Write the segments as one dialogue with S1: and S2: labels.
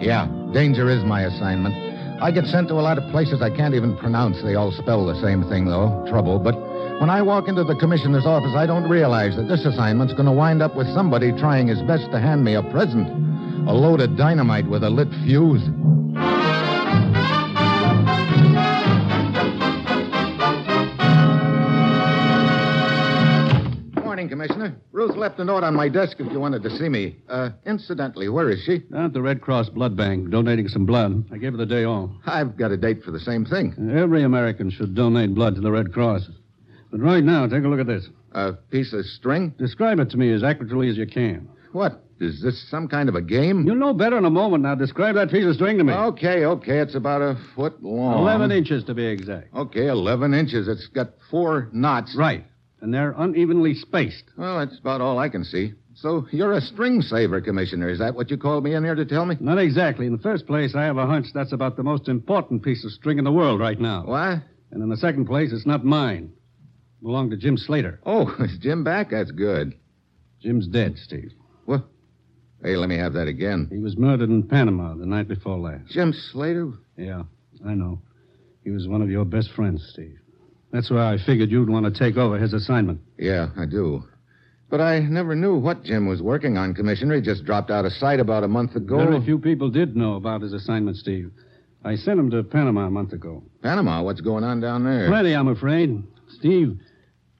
S1: Yeah, danger is my assignment. I get sent to a lot of places I can't even pronounce. They all spell the same thing, though trouble. But when I walk into the commissioner's office, I don't realize that this assignment's going to wind up with somebody trying his best to hand me a present a load of dynamite with a lit fuse. Morning, Commissioner. Ruth left a note on my desk if you wanted to see me. Uh, incidentally, where is she?
S2: Down at the Red Cross Blood Bank, donating some blood. I gave her the day off.
S1: I've got a date for the same thing.
S2: Every American should donate blood to the Red Cross. But right now, take a look at this.
S1: A piece of string?
S2: Describe it to me as accurately as you can.
S1: What? Is this some kind of a game?
S2: You'll know better in a moment. Now, describe that piece of string to me.
S1: Okay, okay. It's about a foot long.
S2: 11 inches, to be exact.
S1: Okay, 11 inches. It's got four knots.
S2: Right. And they're unevenly spaced.
S1: Well, that's about all I can see. So you're a string saver, Commissioner. Is that what you called me in here to tell me?
S2: Not exactly. In the first place, I have a hunch that's about the most important piece of string in the world right now.
S1: Why?
S2: And in the second place, it's not mine. It belonged to Jim Slater.
S1: Oh, is Jim back? That's good.
S2: Jim's dead, Steve.
S1: Well, hey, let me have that again.
S2: He was murdered in Panama the night before last.
S1: Jim Slater?
S2: Yeah, I know. He was one of your best friends, Steve. That's why I figured you'd want to take over his assignment.
S1: Yeah, I do. But I never knew what Jim was working on, Commissioner. He just dropped out of sight about a month ago.
S2: Very few people did know about his assignment, Steve. I sent him to Panama a month ago.
S1: Panama, what's going on down there?
S2: Plenty, I'm afraid. Steve,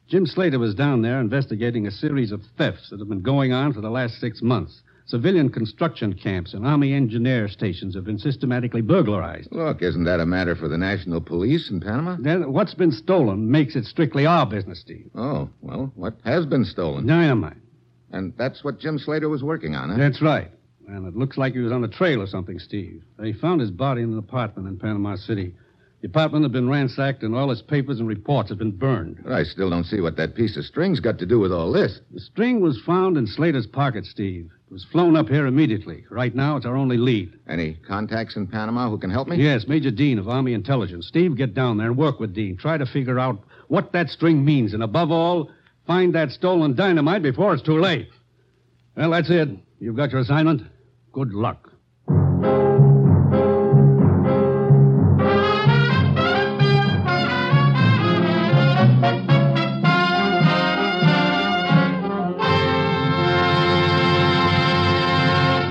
S2: Jim Slater was down there investigating a series of thefts that have been going on for the last six months. Civilian construction camps and Army engineer stations have been systematically burglarized.
S1: Look, isn't that a matter for the National Police in Panama?
S2: Then what's been stolen makes it strictly our business, Steve.
S1: Oh, well, what has been stolen?
S2: Dynamite.
S1: And that's what Jim Slater was working on, huh?
S2: That's right. And it looks like he was on the trail or something, Steve. They found his body in an apartment in Panama City. The apartment had been ransacked, and all his papers and reports had been burned.
S1: But I still don't see what that piece of string's got to do with all this.
S2: The string was found in Slater's pocket, Steve. It was flown up here immediately. Right now, it's our only lead.
S1: Any contacts in Panama who can help me?
S2: Yes, Major Dean of Army Intelligence. Steve, get down there and work with Dean. Try to figure out what that string means, and above all, find that stolen dynamite before it's too late. Well, that's it. You've got your assignment. Good luck.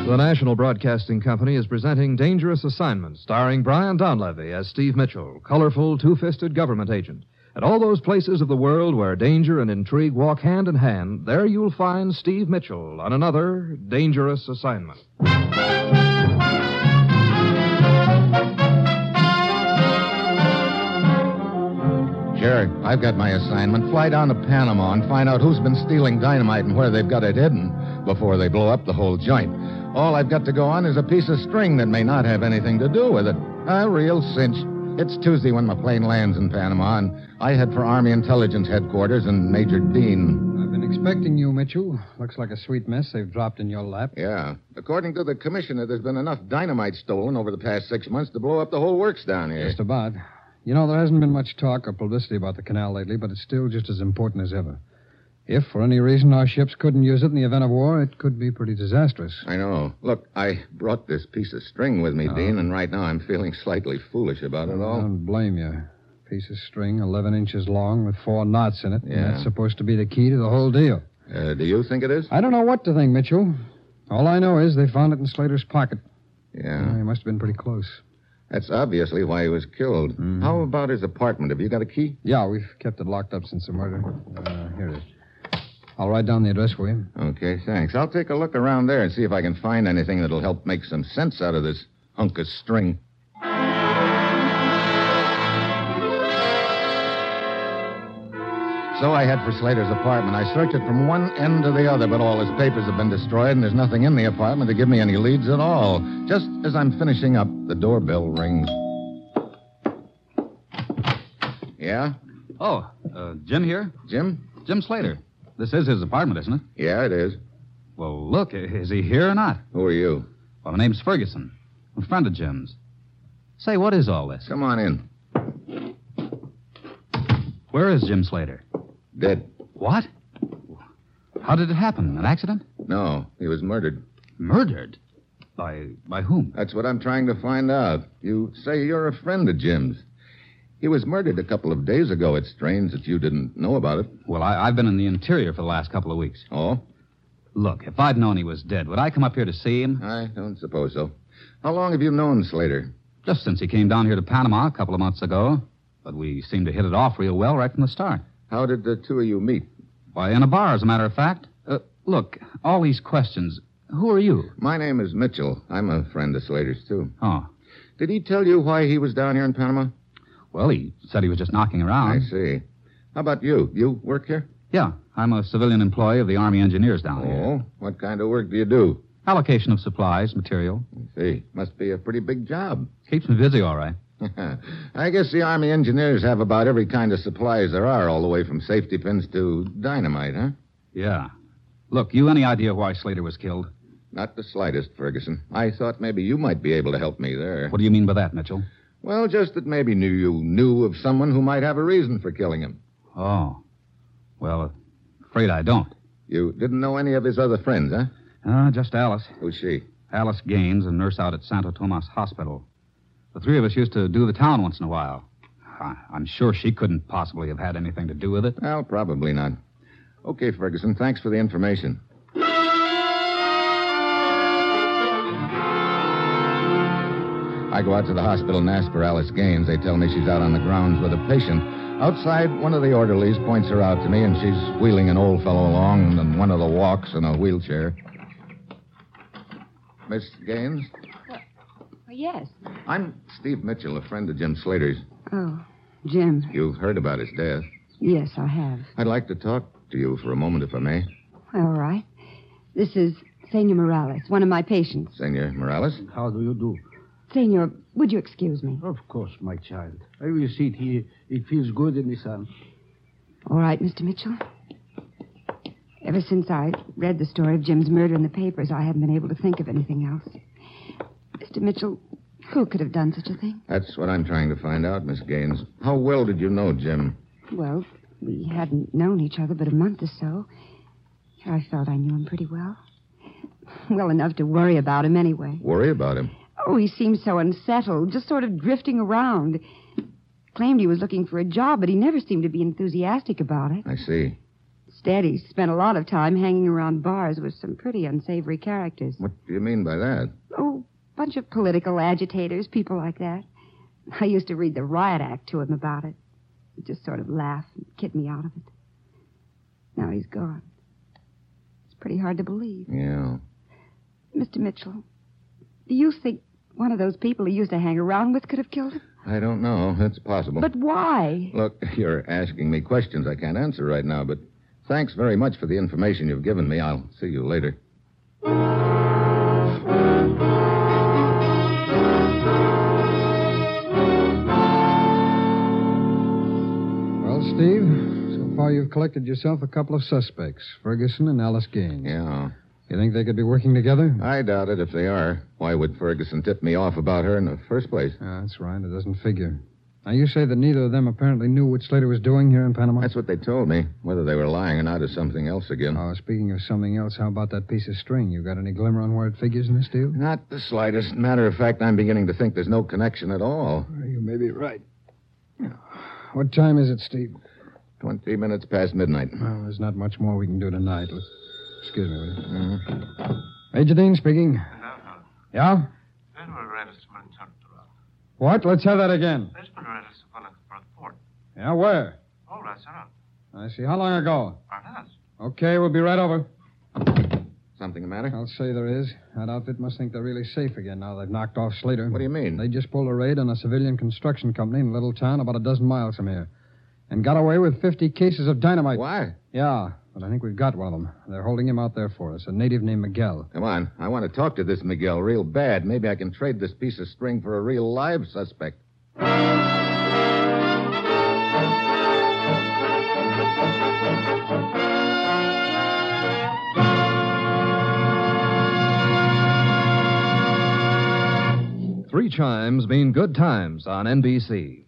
S3: The National Broadcasting Company is presenting Dangerous Assignment, starring Brian Donlevy as Steve Mitchell, colorful, two fisted government agent. At all those places of the world where danger and intrigue walk hand in hand, there you'll find Steve Mitchell on another Dangerous Assignment.
S1: Sure. I've got my assignment. Fly down to Panama and find out who's been stealing dynamite and where they've got it hidden before they blow up the whole joint. All I've got to go on is a piece of string that may not have anything to do with it. A real cinch. It's Tuesday when my plane lands in Panama, and I head for Army Intelligence Headquarters and Major Dean.
S4: I've been expecting you, Mitchell. Looks like a sweet mess they've dropped in your lap.
S1: Yeah. According to the commissioner, there's been enough dynamite stolen over the past six months to blow up the whole works down here.
S4: Just about. You know, there hasn't been much talk or publicity about the canal lately, but it's still just as important as ever.
S3: If, for any reason, our ships couldn't use it in the event of war, it could be pretty disastrous.
S1: I know. Look, I brought this piece of string with me, Dean, and right now I'm feeling slightly foolish about it
S3: I
S1: all.
S3: don't blame you. Piece of string, 11 inches long, with four knots in it. and
S1: Yeah.
S3: that's supposed to be the key to the whole deal.
S1: Uh, do you think it is?
S3: I don't know what to think, Mitchell. All I know is they found it in Slater's pocket.
S1: Yeah.
S3: They must have been pretty close.
S1: That's obviously why he was killed. How about his apartment? Have you got a key?
S3: Yeah, we've kept it locked up since the murder. Uh, here it is. I'll write down the address for you.
S1: Okay, thanks. I'll take a look around there and see if I can find anything that'll help make some sense out of this hunk of string. So I head for Slater's apartment. I search it from one end to the other, but all his papers have been destroyed, and there's nothing in the apartment to give me any leads at all. Just as I'm finishing up, the doorbell rings. Yeah?
S2: Oh, uh, Jim here?
S1: Jim?
S2: Jim Slater. This is his apartment, isn't it?
S1: Yeah, it is.
S2: Well, look, i- is he here or not?
S1: Who are you?
S2: Well, my name's Ferguson. I'm a friend of Jim's. Say, what is all this?
S1: Come on in.
S2: Where is Jim Slater?
S1: Dead.
S2: What? How did it happen? An accident?
S1: No, he was murdered.
S2: Murdered? By by whom?
S1: That's what I'm trying to find out. You say you're a friend of Jim's. He was murdered a couple of days ago. It's strange that you didn't know about it.
S2: Well, I, I've been in the interior for the last couple of weeks.
S1: Oh,
S2: Look, if I'd known he was dead, would I come up here to see him?
S1: I don't suppose so. How long have you known Slater?
S2: Just since he came down here to Panama a couple of months ago. But we seemed to hit it off real well right from the start.
S1: How did the two of you meet?
S2: Why, in a bar, as a matter of fact. Uh, look, all these questions. Who are you?
S1: My name is Mitchell. I'm a friend of Slater's, too.
S2: Oh,
S1: Did he tell you why he was down here in Panama?
S2: well, he said he was just knocking
S1: I
S2: around.
S1: see. How about you? You work here?
S2: Yeah, I'm a civilian employee of the Army Engineers down here.
S1: Oh, what kind of work do you do?
S2: Allocation of supplies, material.
S1: See, must be a pretty big job.
S2: Keeps me busy, all right.
S1: I guess the Army engineers have about every kind of supplies there are, all the way from safety pins to dynamite, huh?
S2: Yeah. Look, you any idea why Slater was killed?
S1: Not the slightest, Ferguson. I thought maybe you might be able to help me there.
S2: What do you mean by that, Mitchell?
S1: Well, just that maybe knew you knew of someone who might have a reason for killing him.
S2: Oh. Well, afraid I don't.
S1: You didn't know any of his other friends, huh?
S2: Uh, just Alice.
S1: Who's she?
S2: Alice Gaines, a nurse out at Santo Tomas Hospital. The three of us used to do the town once in a while. I, I'm sure she couldn't possibly have had anything to do with it.
S1: Well, probably not. Okay, Ferguson, thanks for the information. I go out to the hospital and ask for Alice Gaines. They tell me she's out on the grounds with a patient. Outside, one of the orderlies points her out to me, and she's wheeling an old fellow along and one of the walks in a wheelchair. Miss Gaines,
S5: Yes.
S1: I'm Steve Mitchell, a friend of Jim Slater's.
S5: Oh, Jim.
S1: You've heard about his death.
S5: Yes, I have.
S1: I'd like to talk to you for a moment, if I may.
S5: All right. This is Senor Morales, one of my patients.
S1: Senor Morales?
S6: How do you do?
S5: Senor, would you excuse me?
S6: Of course, my child. I will sit here. It feels good in the sun.
S5: All right, Mr. Mitchell. Ever since I read the story of Jim's murder in the papers, I haven't been able to think of anything else. Mr. Mitchell, who could have done such a thing?
S1: That's what I'm trying to find out, Miss Gaines. How well did you know Jim?
S5: Well, we hadn't known each other but a month or so. I felt I knew him pretty well. Well enough to worry about him anyway.
S1: Worry about him.
S5: Oh, he seemed so unsettled, just sort of drifting around. Claimed he was looking for a job, but he never seemed to be enthusiastic about it.
S1: I see.
S5: Instead, he spent a lot of time hanging around bars with some pretty unsavory characters.
S1: What do you mean by that?
S5: Oh, bunch of political agitators, people like that. I used to read the riot act to him about it. He'd just sort of laugh and kid me out of it. Now he's gone. It's pretty hard to believe.
S1: Yeah.
S5: Mr. Mitchell, do you think one of those people he used to hang around with could have killed him?
S1: I don't know. It's possible.
S5: But why?
S1: Look, you're asking me questions I can't answer right now, but thanks very much for the information you've given me. I'll see you later.
S3: Well, Steve, so far you've collected yourself a couple of suspects Ferguson and Alice Gaines.
S1: Yeah.
S3: You think they could be working together?
S1: I doubt it if they are. Why would Ferguson tip me off about her in the first place?
S3: Uh, Yeah, that's right. It doesn't figure. Now, you say that neither of them apparently knew what Slater was doing here in Panama?
S7: That's what they told me. Whether they were lying or not is something else again.
S3: Oh, speaking of something else, how about that piece of string? You got any glimmer on where it figures in this deal?
S7: Not the slightest. Matter of fact, I'm beginning to think there's no connection at all.
S3: You may be right. What time is it, Steve?
S7: Twenty minutes past midnight.
S3: Well, there's not much more we can do tonight. Let's- Excuse me, will you?
S1: Uh-huh.
S3: Major Dean speaking. Yeah? What? Let's have that again. Yeah, where? I see. How long ago? Okay, we'll be right over.
S7: Something the matter?
S1: Uh,
S3: I'll say there is. That outfit must think they're really safe again now they've knocked off Slater.
S7: What do you mean?
S3: They just pulled a raid on a civilian construction company in a little town about a dozen miles from here. And got away with 50 cases of dynamite.
S7: Why?
S3: Yeah, but I think we've got one of them. They're holding him out there for us, a native named Miguel.
S7: Come on. I want to talk to this Miguel real bad. Maybe I can trade this piece of string for a real live suspect.
S1: Three chimes mean good times on NBC.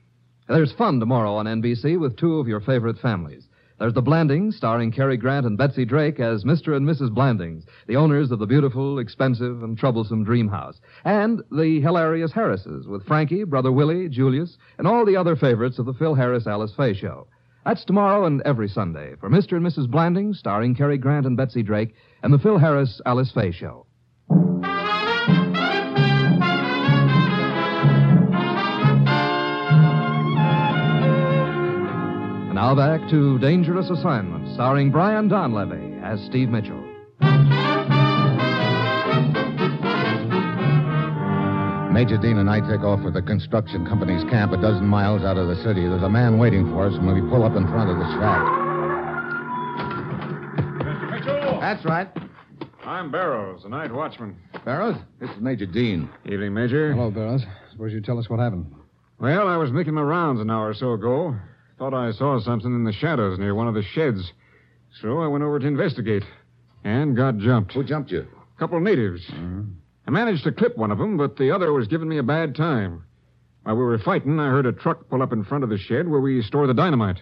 S1: There's fun tomorrow on NBC with two of your favorite families. There's The Blandings, starring Cary Grant and Betsy Drake as Mr. and Mrs. Blandings, the owners of the beautiful, expensive, and troublesome dream house. And The Hilarious Harrises with Frankie, Brother Willie, Julius, and all the other favorites of the Phil Harris Alice Faye Show. That's tomorrow and every Sunday for Mr. and Mrs. Blandings, starring Cary Grant and Betsy Drake, and the Phil Harris Alice Faye Show. And now back to Dangerous Assignment, starring Brian Donlevy as Steve Mitchell.
S7: Major Dean and I take off for the construction company's camp a dozen miles out of the city. There's a man waiting for us when we pull up in front of the shack. That's right.
S8: I'm Barrows, a night watchman.
S7: Barrows, this is Major Dean.
S8: Evening, Major.
S3: Hello, Barrows. Suppose you tell us what happened.
S8: Well, I was making my rounds an hour or so ago. Thought I saw something in the shadows near one of the sheds. So I went over to investigate and got jumped.
S7: Who jumped you?
S8: couple of natives.
S7: Mm-hmm.
S8: I managed to clip one of them, but the other was giving me a bad time. While we were fighting, I heard a truck pull up in front of the shed where we store the dynamite.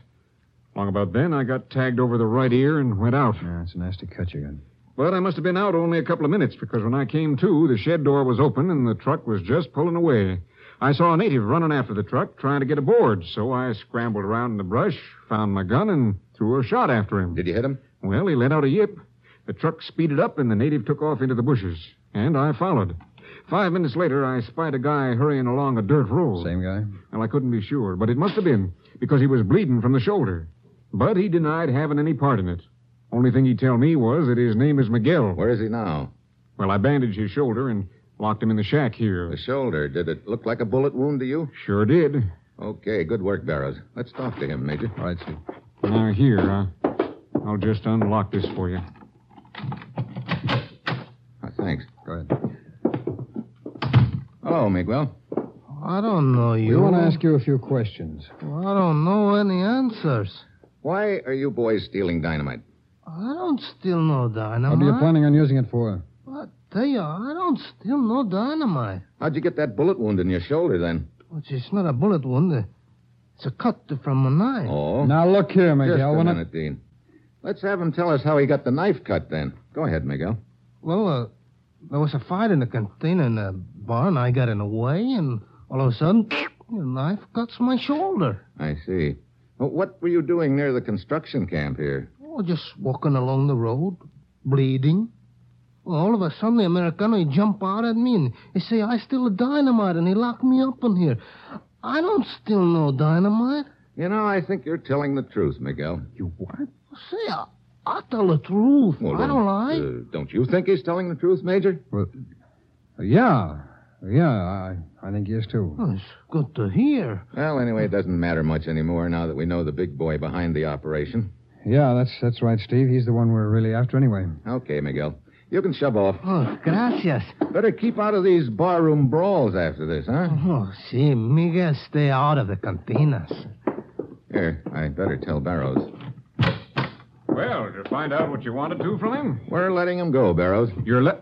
S8: Long about then, I got tagged over the right ear and went out.
S3: Yeah, it's a nasty cut you got.
S8: But I must have been out only a couple of minutes because when I came to, the shed door was open and the truck was just pulling away. I saw a native running after the truck trying to get aboard, so I scrambled around in the brush, found my gun, and threw a shot after him.
S7: Did you hit him?
S8: Well, he let out a yip. The truck speeded up, and the native took off into the bushes. And I followed. Five minutes later, I spied a guy hurrying along a dirt road.
S3: Same guy?
S8: Well, I couldn't be sure, but it must have been because he was bleeding from the shoulder. But he denied having any part in it. Only thing he'd tell me was that his name is Miguel.
S7: Where is he now?
S8: Well, I bandaged his shoulder and locked him in the shack here.
S7: The shoulder. Did it look like a bullet wound to you?
S8: Sure did.
S7: Okay, good work, Barrows. Let's talk to him, Major.
S3: All right, Steve.
S8: Now, here, uh, I'll just unlock this for you.
S7: Ah, thanks.
S3: Go ahead.
S7: Hello, Miguel.
S9: I don't know
S3: We want to ask you a few questions.
S9: Well, I don't know any answers.
S7: Why are you boys stealing dynamite?
S9: I don't steal no dynamite.
S3: What are you planning on using it for?
S9: I tell you, I don't steal no dynamite.
S7: How'd you get that bullet wound in your shoulder then?
S9: Which is Oh, not a bullet wound. It's a cut from a knife.
S7: Oh,
S3: Now, look here,
S7: just
S3: Miguel.
S7: a
S3: we're not-
S7: minute, Dean. Let's have him tell us how he got the knife cut then. Go ahead, Miguel.
S9: Well, uh, there was a fight in the canteen in the barn. I got in the way, and all of a sudden, the knife cuts my shoulder.
S7: I see. Well, what were you doing near the construction camp here?
S9: Oh, just walking along the road, bleeding. Well, all of a sudden, the Americano he jump out at me and he say I steal the dynamite, and he lock me up in here. I don't steal no dynamite.
S7: You know, I think you're telling the truth, Miguel. You what?
S9: Say, I, I tell the truth. I don't lie.
S7: Uh, don't you think he's telling the truth, Major?
S3: Yeah. Yeah, I, I think yes, too.
S9: Oh, it's good to hear.
S7: Well, anyway, it doesn't matter much anymore now that we know the big boy behind the operation.
S3: Yeah, that's that's right, Steve. He's the one we're really after anyway.
S7: Okay, Miguel. You can shove off.
S9: Oh, gracias.
S7: Better keep out of these barroom brawls after this, huh?
S9: Oh, si, Miguel, stay out of the cantinas.
S7: Here, I better tell Barrows.
S8: Well, did you find out what you wanted to from him?
S7: We're letting him go, Barrows.
S8: You're let.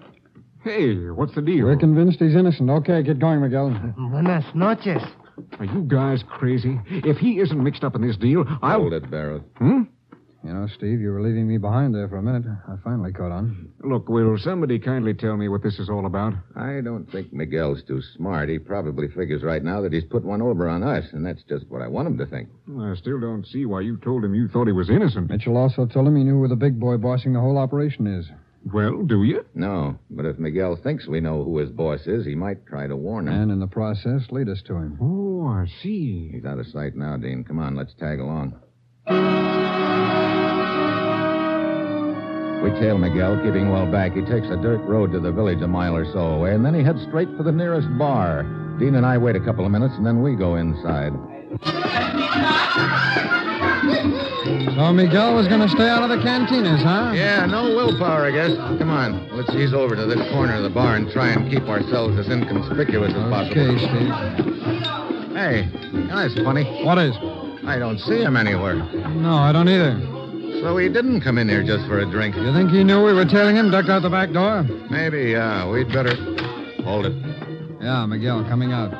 S8: Hey, what's the deal?
S3: We're convinced he's innocent. Okay, get going, Miguel.
S9: Buenas noches.
S8: Are you guys crazy? If he isn't mixed up in this deal, I'll.
S7: Hold it, Barrett.
S8: Hmm?
S3: You know, Steve, you were leaving me behind there for a minute. I finally caught on.
S8: Look, will somebody kindly tell me what this is all about?
S7: I don't think Miguel's too smart. He probably figures right now that he's put one over on us, and that's just what I want him to think.
S8: I still don't see why you told him you thought he was innocent.
S3: Mitchell also told him he knew where the big boy bossing the whole operation is.
S8: Well, do you?
S7: No, but if Miguel thinks we know who his boss is, he might try to warn him.
S3: And in the process, lead us to him.
S8: Oh, I see.
S7: He's out of sight now, Dean. Come on, let's tag along. We tail Miguel, keeping well back. He takes a dirt road to the village a mile or so away, and then he heads straight for the nearest bar. Dean and I wait a couple of minutes, and then we go inside.
S3: So Miguel was going to stay out of the cantinas, huh?
S7: Yeah, no willpower, I guess. Come on, let's ease over to this corner of the bar and try and keep ourselves as inconspicuous as
S3: Okay,
S7: possible.
S3: Steve.
S7: Hey, that's funny.
S3: What is?
S7: I don't see him anywhere.
S3: No, I don't either.
S7: So he didn't come in here just for a drink.
S3: You think he knew we were tailing him, ducked out the back door?
S7: Maybe, uh, we'd better hold it.
S3: Yeah, Miguel coming out.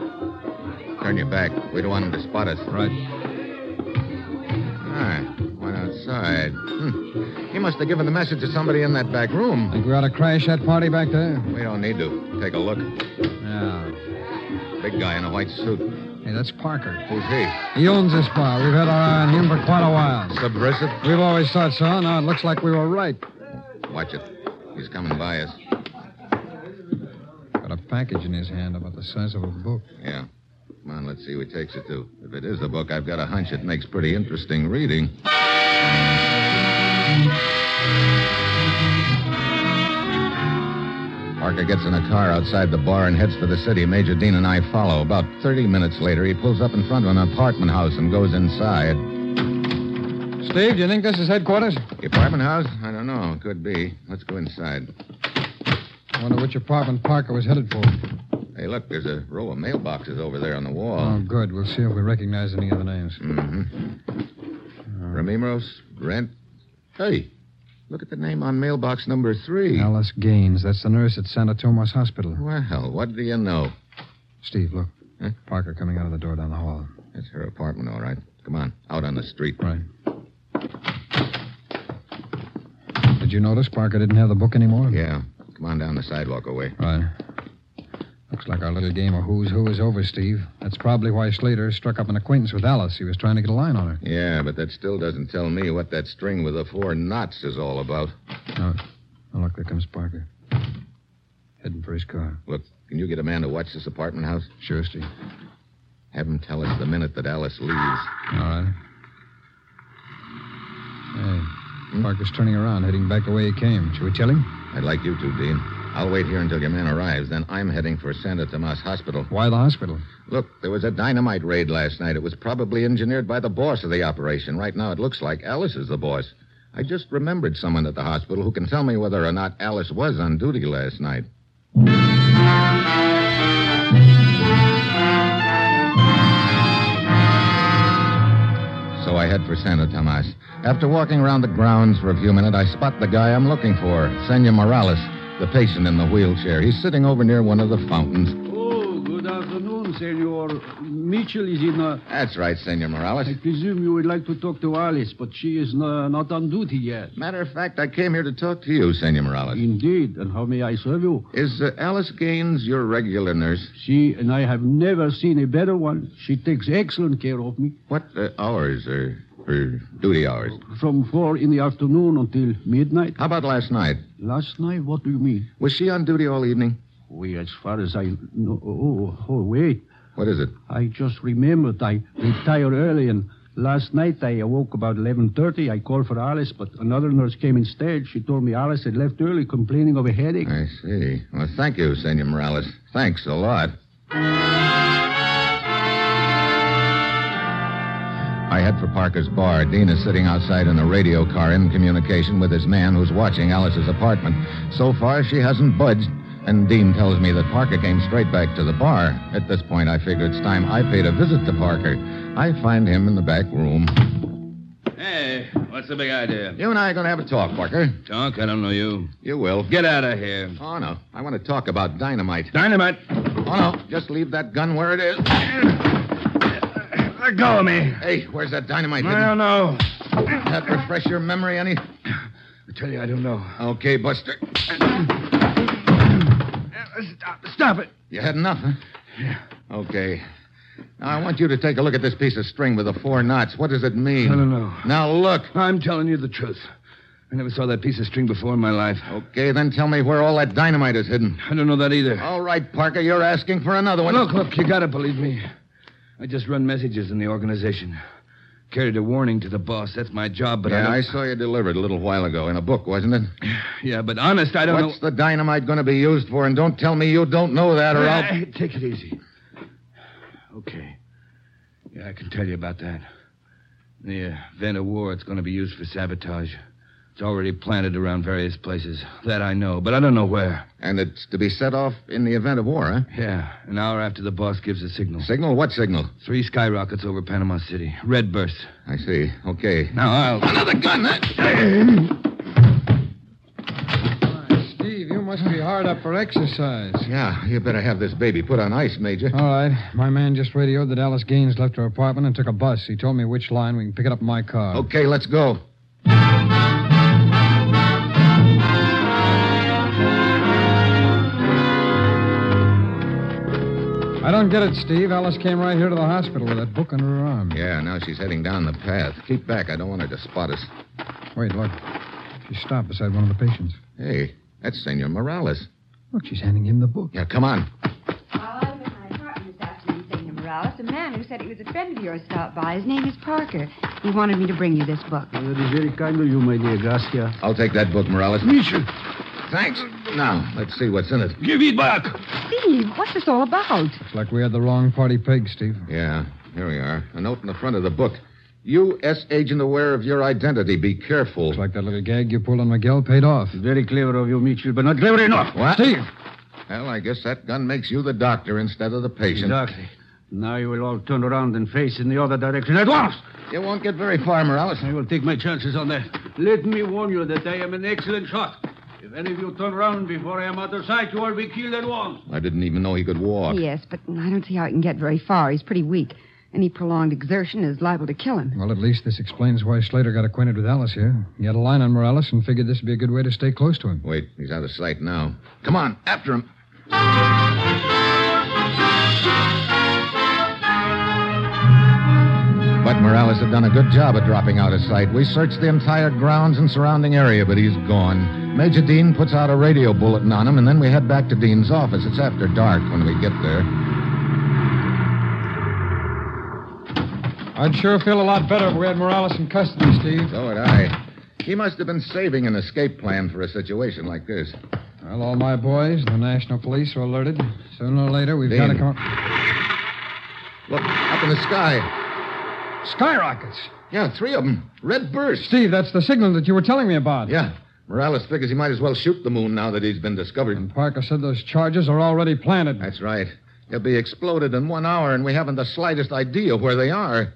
S7: Turn your back. We don't want him to spot us.
S3: Right.
S7: Ah, went outside. Hmm. He must have given the message to somebody in that back room.
S3: Think we ought to crash that party back there?
S7: We don't need to. Take a look.
S3: Yeah.
S7: Big guy in a white suit.
S3: Hey, that's Parker.
S7: Who's he?
S3: He owns this bar. We've had our eye on him for quite a while.
S7: Subversive?
S3: We've always thought so. Now it looks like we were right.
S7: Watch it. He's coming by us.
S3: Got a package in his hand about the size of a book.
S7: Yeah. Come on, let's see what he takes it to. If it is a book, I've got a hunch it makes pretty interesting reading. Parker gets in a car outside the bar and heads for the city. Major Dean and I follow. About 30 minutes later, he pulls up in front of an apartment house and goes inside.
S3: Steve, do you think this is headquarters?
S7: The apartment house? I don't know. Could be. Let's go inside.
S3: Wonder which apartment Parker was headed for.
S7: Hey, look, there's a row of mailboxes over there on the
S3: Oh,
S7: wall.
S3: good. We'll see if we recognize any of the names.
S7: Mm-hmm. Ramimos, Brent. Hey, look at the name on mailbox number three.
S3: Alice Gaines. That's the nurse at Santa Tomas Hospital.
S7: Well, what do you know?
S3: Steve, look.
S7: Huh?
S3: Parker coming out of the door down the hall.
S7: That's her apartment, all right. Come on, out on the street.
S3: Right. Did you notice Parker didn't have the book anymore?
S7: Yeah, come on down the sidewalk away.
S3: Right. Looks like our little game of who's who is over, Steve. That's probably why Slater struck up an acquaintance with Alice. He was trying to get a line on her.
S7: Yeah, but that still doesn't tell me what that string with the four knots is all about.
S3: Oh, look, there comes Parker. Heading for his car.
S7: Look, can you get a man to watch this apartment house?
S3: Sure, Steve.
S7: Have him tell us the minute that Alice leaves.
S3: All right. Hey, Parker's turning around, heading back the way he came. Should we tell him?
S7: I'd like you to, Dean. I'll wait here until your man arrives. Then I'm heading for Santa Tomas Hospital.
S3: Why the hospital?
S7: Look, there was a dynamite raid last night. It was probably engineered by the boss of the operation. Right now, it looks like Alice is the boss. I just remembered someone at the hospital who can tell me whether or not Alice was on duty last night. So I head for Santa Tomas. After walking around the grounds for a few minutes, I spot the guy I'm looking for, Senor Morales, the patient in the wheelchair. He's sitting over near one of the fountains.
S2: Oh, good afternoon, Senor. Mitchell is in. A...
S7: That's right, Senor Morales.
S2: I presume you would like to talk to Alice, but she is uh, not on duty yet.
S7: Matter of fact, I came here to talk to you, Senor Morales.
S2: Indeed, and how may I serve you?
S7: Is uh, Alice Gaines your regular nurse?
S2: She and I have never seen a better one. She takes excellent care of me
S7: What uh, hours are her duty hours?
S2: from four in the afternoon until midnight.
S7: How about last night?
S2: Last night, what do you mean?
S7: Was she on duty all evening?
S2: We, as far as I know. Oh, oh, wait.
S7: What is it?
S2: I just remembered I retired early, and last night I awoke about 11.30. I called for Alice, but another nurse came instead. She told me Alice had left early complaining of a headache.
S7: I see. Well, thank you, Senor Morales. Thanks a lot. I head for Parker's bar. Dean is sitting outside in a radio car in communication with his man who's watching Alice's apartment. So far, she hasn't budged, and Dean tells me that Parker came straight back to the bar. At this point, I figure it's time I paid a visit to Parker. I find him in the back room.
S10: Hey, what's the big idea?
S7: You and I are going to have a talk, Parker.
S10: Tonk, I don't know you.
S7: You will.
S10: Get out of here.
S7: Oh, no. I want to talk about dynamite.
S10: Dynamite.
S7: Oh, no. Just leave that gun where it is.
S10: Let go of me.
S7: Hey, where's that dynamite?
S10: I don't know.
S7: That refresh your memory any? I
S10: tell you, I don't know.
S7: Okay, Buster.
S10: Stop, stop it.
S7: You had enough, huh? Yeah. Okay. Now, I want you to take a look at this piece of string with the four knots. What does it mean?
S10: I don't know.
S7: Now, look.
S10: I'm telling you the truth. I never saw that piece of string before in my life.
S7: Okay, then tell me where all that dynamite is hidden.
S10: I don't know that either.
S2: Oh,
S7: All right, Parker, you're asking for another one.
S10: Look, look, you gotta believe me. I just run messages in the organization. Carried a warning to the boss. That's my job, but I
S7: yeah,
S10: don't...
S7: I, saw you delivered a little while ago in a book, wasn't it?
S10: Yeah, but honest, I don't
S7: What's the dynamite going to be used for? And don't tell me you don't know that,
S10: know.
S7: or
S10: Hey,
S7: I'll.
S10: hey, take it easy. Okay. Yeah, I can tell you about that. In the uh, event of war, it's going to be used for sabotage. It's already planted around various places. That I know, but I don't know where.
S7: And it's to be set off in the event of war, huh?
S10: Yeah, an hour after the boss gives the signal.
S7: Signal? What signal?
S10: Three skyrockets over Panama City. Red bursts.
S7: I see. Okay.
S10: Now I'll.
S7: Another gun, that.
S3: Steve, you must be hard up for exercise.
S7: Yeah, you better have this baby put on ice, Major.
S3: All right. My man just radioed that Alice Gaines left her apartment and took a bus. He told me which line. We can pick it up in my car.
S7: Okay, let's go.
S3: I don't get it, Steve. Alice came right here to the hospital with that book under her arm.
S7: Yeah, now she's heading down the path. Keep back. I don't want her to spot us.
S3: Wait, look. She stopped beside one of the patients.
S7: Hey, that's Senor Morales.
S3: Look, she's handing him the book.
S7: Yeah, come on.
S5: Well, I was in my apartment this afternoon, Senor Morales. A man who said he was a friend of yours stopped by. His name is Parker. He wanted me to bring you this book.
S2: That is very kind of you, my dear Gracia.
S7: I'll take that book, Morales.
S10: Misha,
S7: Thanks. Now, let's see what's in it.
S10: give it back.
S5: Steve, what's this all about?
S3: Looks like we had the wrong party peg, Steve.
S7: Yeah, here we are. A note in the front of the book. U.S. agent aware of your identity. Be careful.
S3: Looks like that little gag you pulled on Miguel paid off.
S2: Very clever of you, Mitchell, but not clever enough.
S7: What? Steve! Well, I guess that gun makes you the doctor instead of the patient.
S2: Exactly. Now you will all turn around and face in the other direction at once.
S7: You won't get very far, Morales.
S2: I will take my chances on that. Let me warn you that I am an excellent shot. If any of you turn around before I am out of sight, you will be killed at once.
S7: I didn't even know he could walk.
S5: Yes, but I don't see how he can get very far. He's pretty weak. Any prolonged exertion is liable to kill him.
S3: Well, at least this explains why Slater got acquainted with Alice here. He had a line on Morales and figured this would be a good way to stay close to him.
S7: Wait, he's out of sight now. Come on, after him. But Morales had done a good job at dropping out of sight. We searched the entire grounds and surrounding area, but he's gone. Major Dean puts out a radio bulletin on him, and then we head back to Dean's office. It's after dark when we get there.
S3: I'd sure feel a lot better if we had Morales in custody, Steve.
S7: So would I. He must have been saving an escape plan for a situation like this.
S3: Well, all my boys, the National Police are alerted. Sooner or later, we've got to
S7: Dean.
S3: come up.
S7: Look, up in the sky.
S3: Skyrockets!
S7: Yeah, three of them. Red burst.
S3: Steve, that's the signal that you were telling me about.
S7: Yeah. Morales figures he might as well shoot the moon now that he's been discovered.
S3: And Parker said those charges are already planted.
S7: That's right. They'll be exploded in one hour, and we haven't the slightest idea where they are.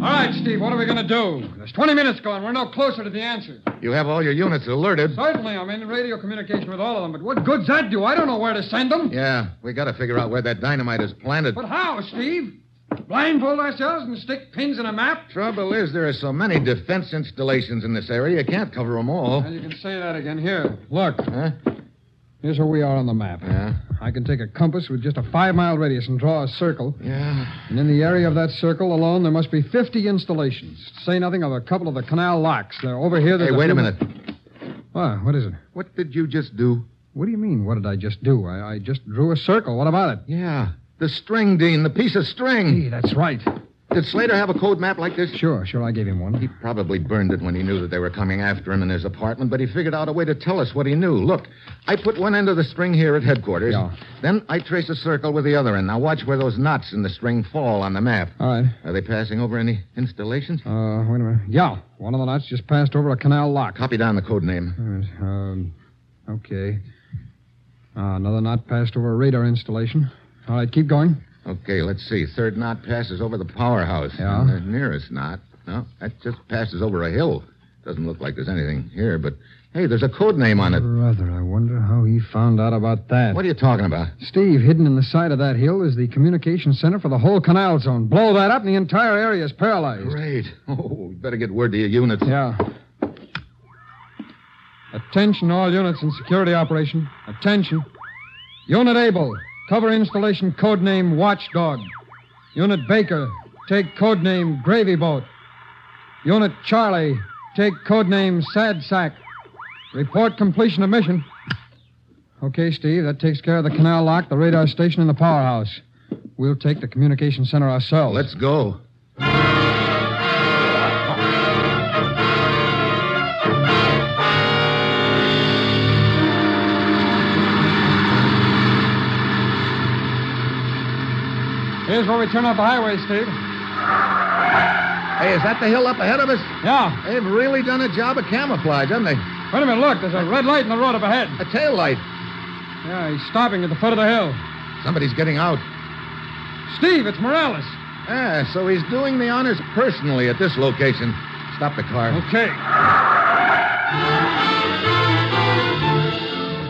S3: All right, Steve, what are we going to do? There's 20 minutes gone. We're no closer to the answer.
S7: You have all your units alerted.
S3: Certainly, I'm in radio communication with all of them, but what good's that do? I don't know where to send them.
S7: Yeah, we gotta figure out where that dynamite is planted.
S3: But how, Steve? Blindfold ourselves and stick pins in a map?
S7: Trouble is, there are so many defense installations in this area, you can't cover them all.
S3: Well, you can say that again. Here, look.
S7: Huh?
S3: Here's where we are on the map.
S7: Yeah.
S3: I can take a compass with just a five mile radius and draw a circle.
S7: Yeah.
S3: And in the area of that circle alone, there must be 50 installations. Say nothing of a couple of the canal locks. They're over here. there's
S7: Hey, wait a
S3: few-
S7: minute.
S3: What? What is it?
S7: What did you just do?
S3: What do you mean? What did I just do? I, I just drew a circle. What about it?
S7: Yeah. The string, Dean, the piece of string.
S3: Gee, that's right.
S7: Did Slater have a code map like this?
S3: Sure, sure, I gave him one.
S7: He probably burned it when he knew that they were coming after him in his apartment, but he figured out a way to tell us what he knew. Look, I put one end of the string here at headquarters.
S3: Yeah.
S7: Then I trace a circle with the other end. Now watch where those knots in the string fall on the map.
S3: All right.
S7: Are they passing over any installations?
S3: Uh, wait a minute. Yeah, one of the knots just passed over a canal lock.
S7: Copy down the code name.
S3: All right. Um, okay. Uh, another knot passed over a radar installation. All right, keep going.
S7: Okay, let's see. Third knot passes over the powerhouse.
S3: Yeah.
S7: And the nearest knot. No, that just passes over a hill. Doesn't look like there's anything here, but Hey, there's a code name on it.
S3: Brother, I wonder how he found out about that.
S7: What are you talking about?
S3: Steve, hidden in the side of that hill is the communication center for the whole canal zone. Blow that up, and the entire area is paralyzed.
S7: Great. Oh, we better get word to your units.
S3: Yeah. Attention, all units in security operation. Attention. Unit Able, cover installation codename Watchdog. Unit Baker, take codename Gravy Boat. Unit Charlie, take codename Sad Sack. Report completion of mission. Okay, Steve, that takes care of the canal lock, the radar station, and the powerhouse. We'll take the communication center ourselves.
S7: Let's go.
S3: Here's where we turn off the highway, Steve.
S7: Hey, is that the hill up ahead of us?
S3: Yeah.
S7: They've really done a job of camouflage, haven't they?
S3: Wait a minute, look. There's a red light in the road up ahead.
S7: A tail light.
S3: Yeah, he's stopping at the foot of the hill.
S7: Somebody's getting out.
S3: Steve, it's Morales.
S7: Ah, so he's doing the honors personally at this location. Stop the car.
S3: Okay.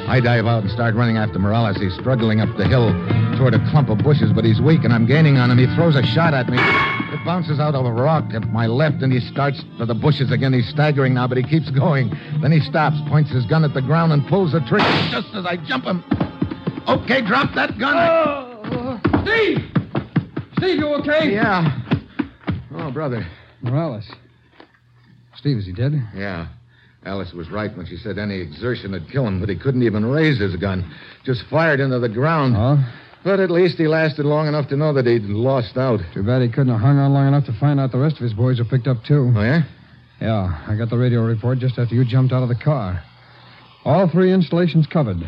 S7: I dive out and start running after Morales. He's struggling up the hill toward a clump of bushes, but he's weak and I'm gaining on him. He throws a shot at me. It bounces out of a rock at my left and he starts for the bushes again. He's staggering now, but he keeps going. Then he stops, points his gun at the ground, and pulls the trigger just as I jump him. Okay, drop that gun.
S3: Oh. Steve! Steve, you okay?
S7: Yeah. Oh, brother.
S3: Morales. Steve, is he dead?
S7: Yeah. Alice was right when she said any exertion would kill him, but he couldn't even raise his gun. Just fired into the ground.
S3: Oh?
S7: But at least he lasted long enough to know that he'd lost out.
S3: Too bad he couldn't have hung on long enough to find out the rest of his boys were picked up, too.
S7: Oh, yeah?
S3: Yeah, I got the radio report just after you jumped out of the car. All three installations covered.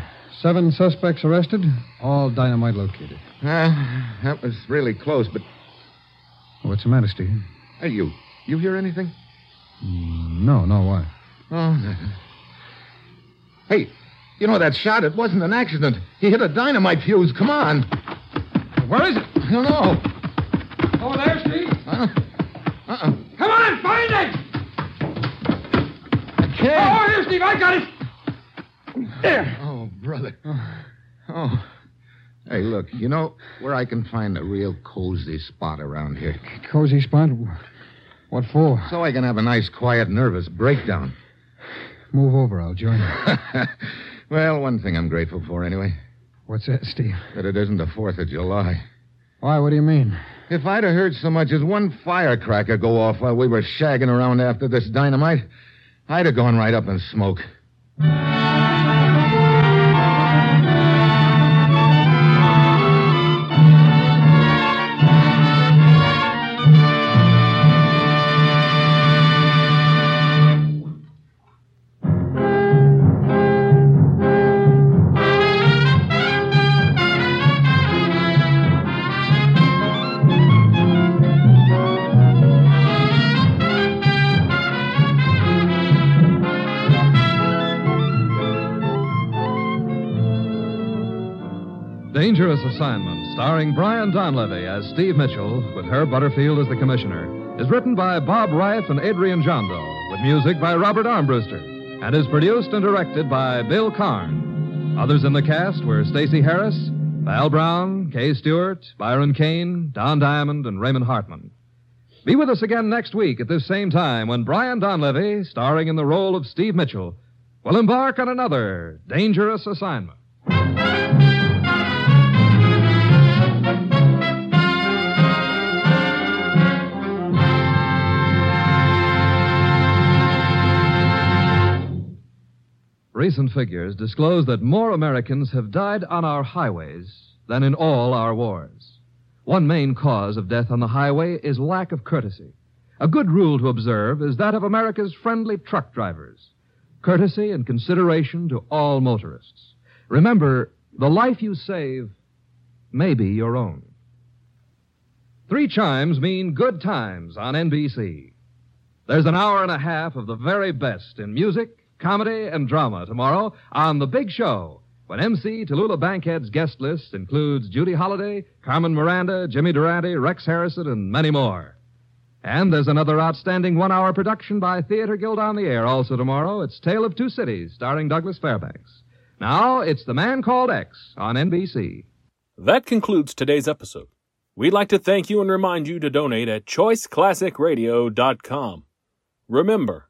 S3: Seven suspects arrested, all dynamite located.
S7: Ah, that was really close, but
S3: What's the matter, Steve?
S7: hey, you. You hear anything?
S3: No, no, why?
S7: Oh, nothing. Hey, you know that shot? It wasn't an accident. He hit a dynamite fuse. Come on.
S3: Where is it?
S7: I don't know.
S3: Over there, Steve.
S7: Uh uh.
S3: Come on, find it!
S7: I can't.
S3: here, Steve, I got it! There!
S7: Oh, brother. Oh. Hey, look, you know where I can find a real cozy spot around here?
S3: Cozy spot? What for?
S7: So I can have a nice, quiet, nervous breakdown.
S3: Move over, I'll join you.
S7: well, one thing I'm grateful for, anyway,
S3: What's that, Steve?
S7: that it isn't the 4th of July.
S3: Why, what do you mean?
S7: If I'd have heard so much as one firecracker go off while we were shagging around after this dynamite, I'd have gone right up in smoke.
S1: Dangerous Assignment, starring Brian Donlevy as Steve Mitchell, with Herb Butterfield as the commissioner, is written by Bob Reif and Adrian Jondo, with music by Robert Armbruster, and is produced and directed by Bill Karn. Others in the cast were Stacey Harris, Val Brown, Kay Stewart, Byron Kane, Don Diamond, and Raymond Hartman. Be with us again next week at this same time when Brian Donlevy, starring in the role of Steve Mitchell, will embark on another dangerous assignment. Recent figures disclose that more Americans have died on our highways than in all our wars. One main cause of death on the highway is lack of courtesy. A good rule to observe is that of America's friendly truck drivers courtesy and consideration to all motorists. Remember, the life you save may be your own. Three chimes mean good times on NBC. There's an hour and a half of the very best in music, comedy, and drama tomorrow on The Big Show, when MC Tallulah Bankhead's guest list includes Judy Holliday, Carmen Miranda, Jimmy Durante, Rex Harrison, and many more. And there's another outstanding one hour production by Theater Guild on the Air also tomorrow. It's Tale of Two Cities, starring Douglas Fairbanks. Now, it's The Man Called X on NBC.
S11: That concludes today's episode. We'd like to thank you and remind you to donate at choiceclassicradio.com. Remember,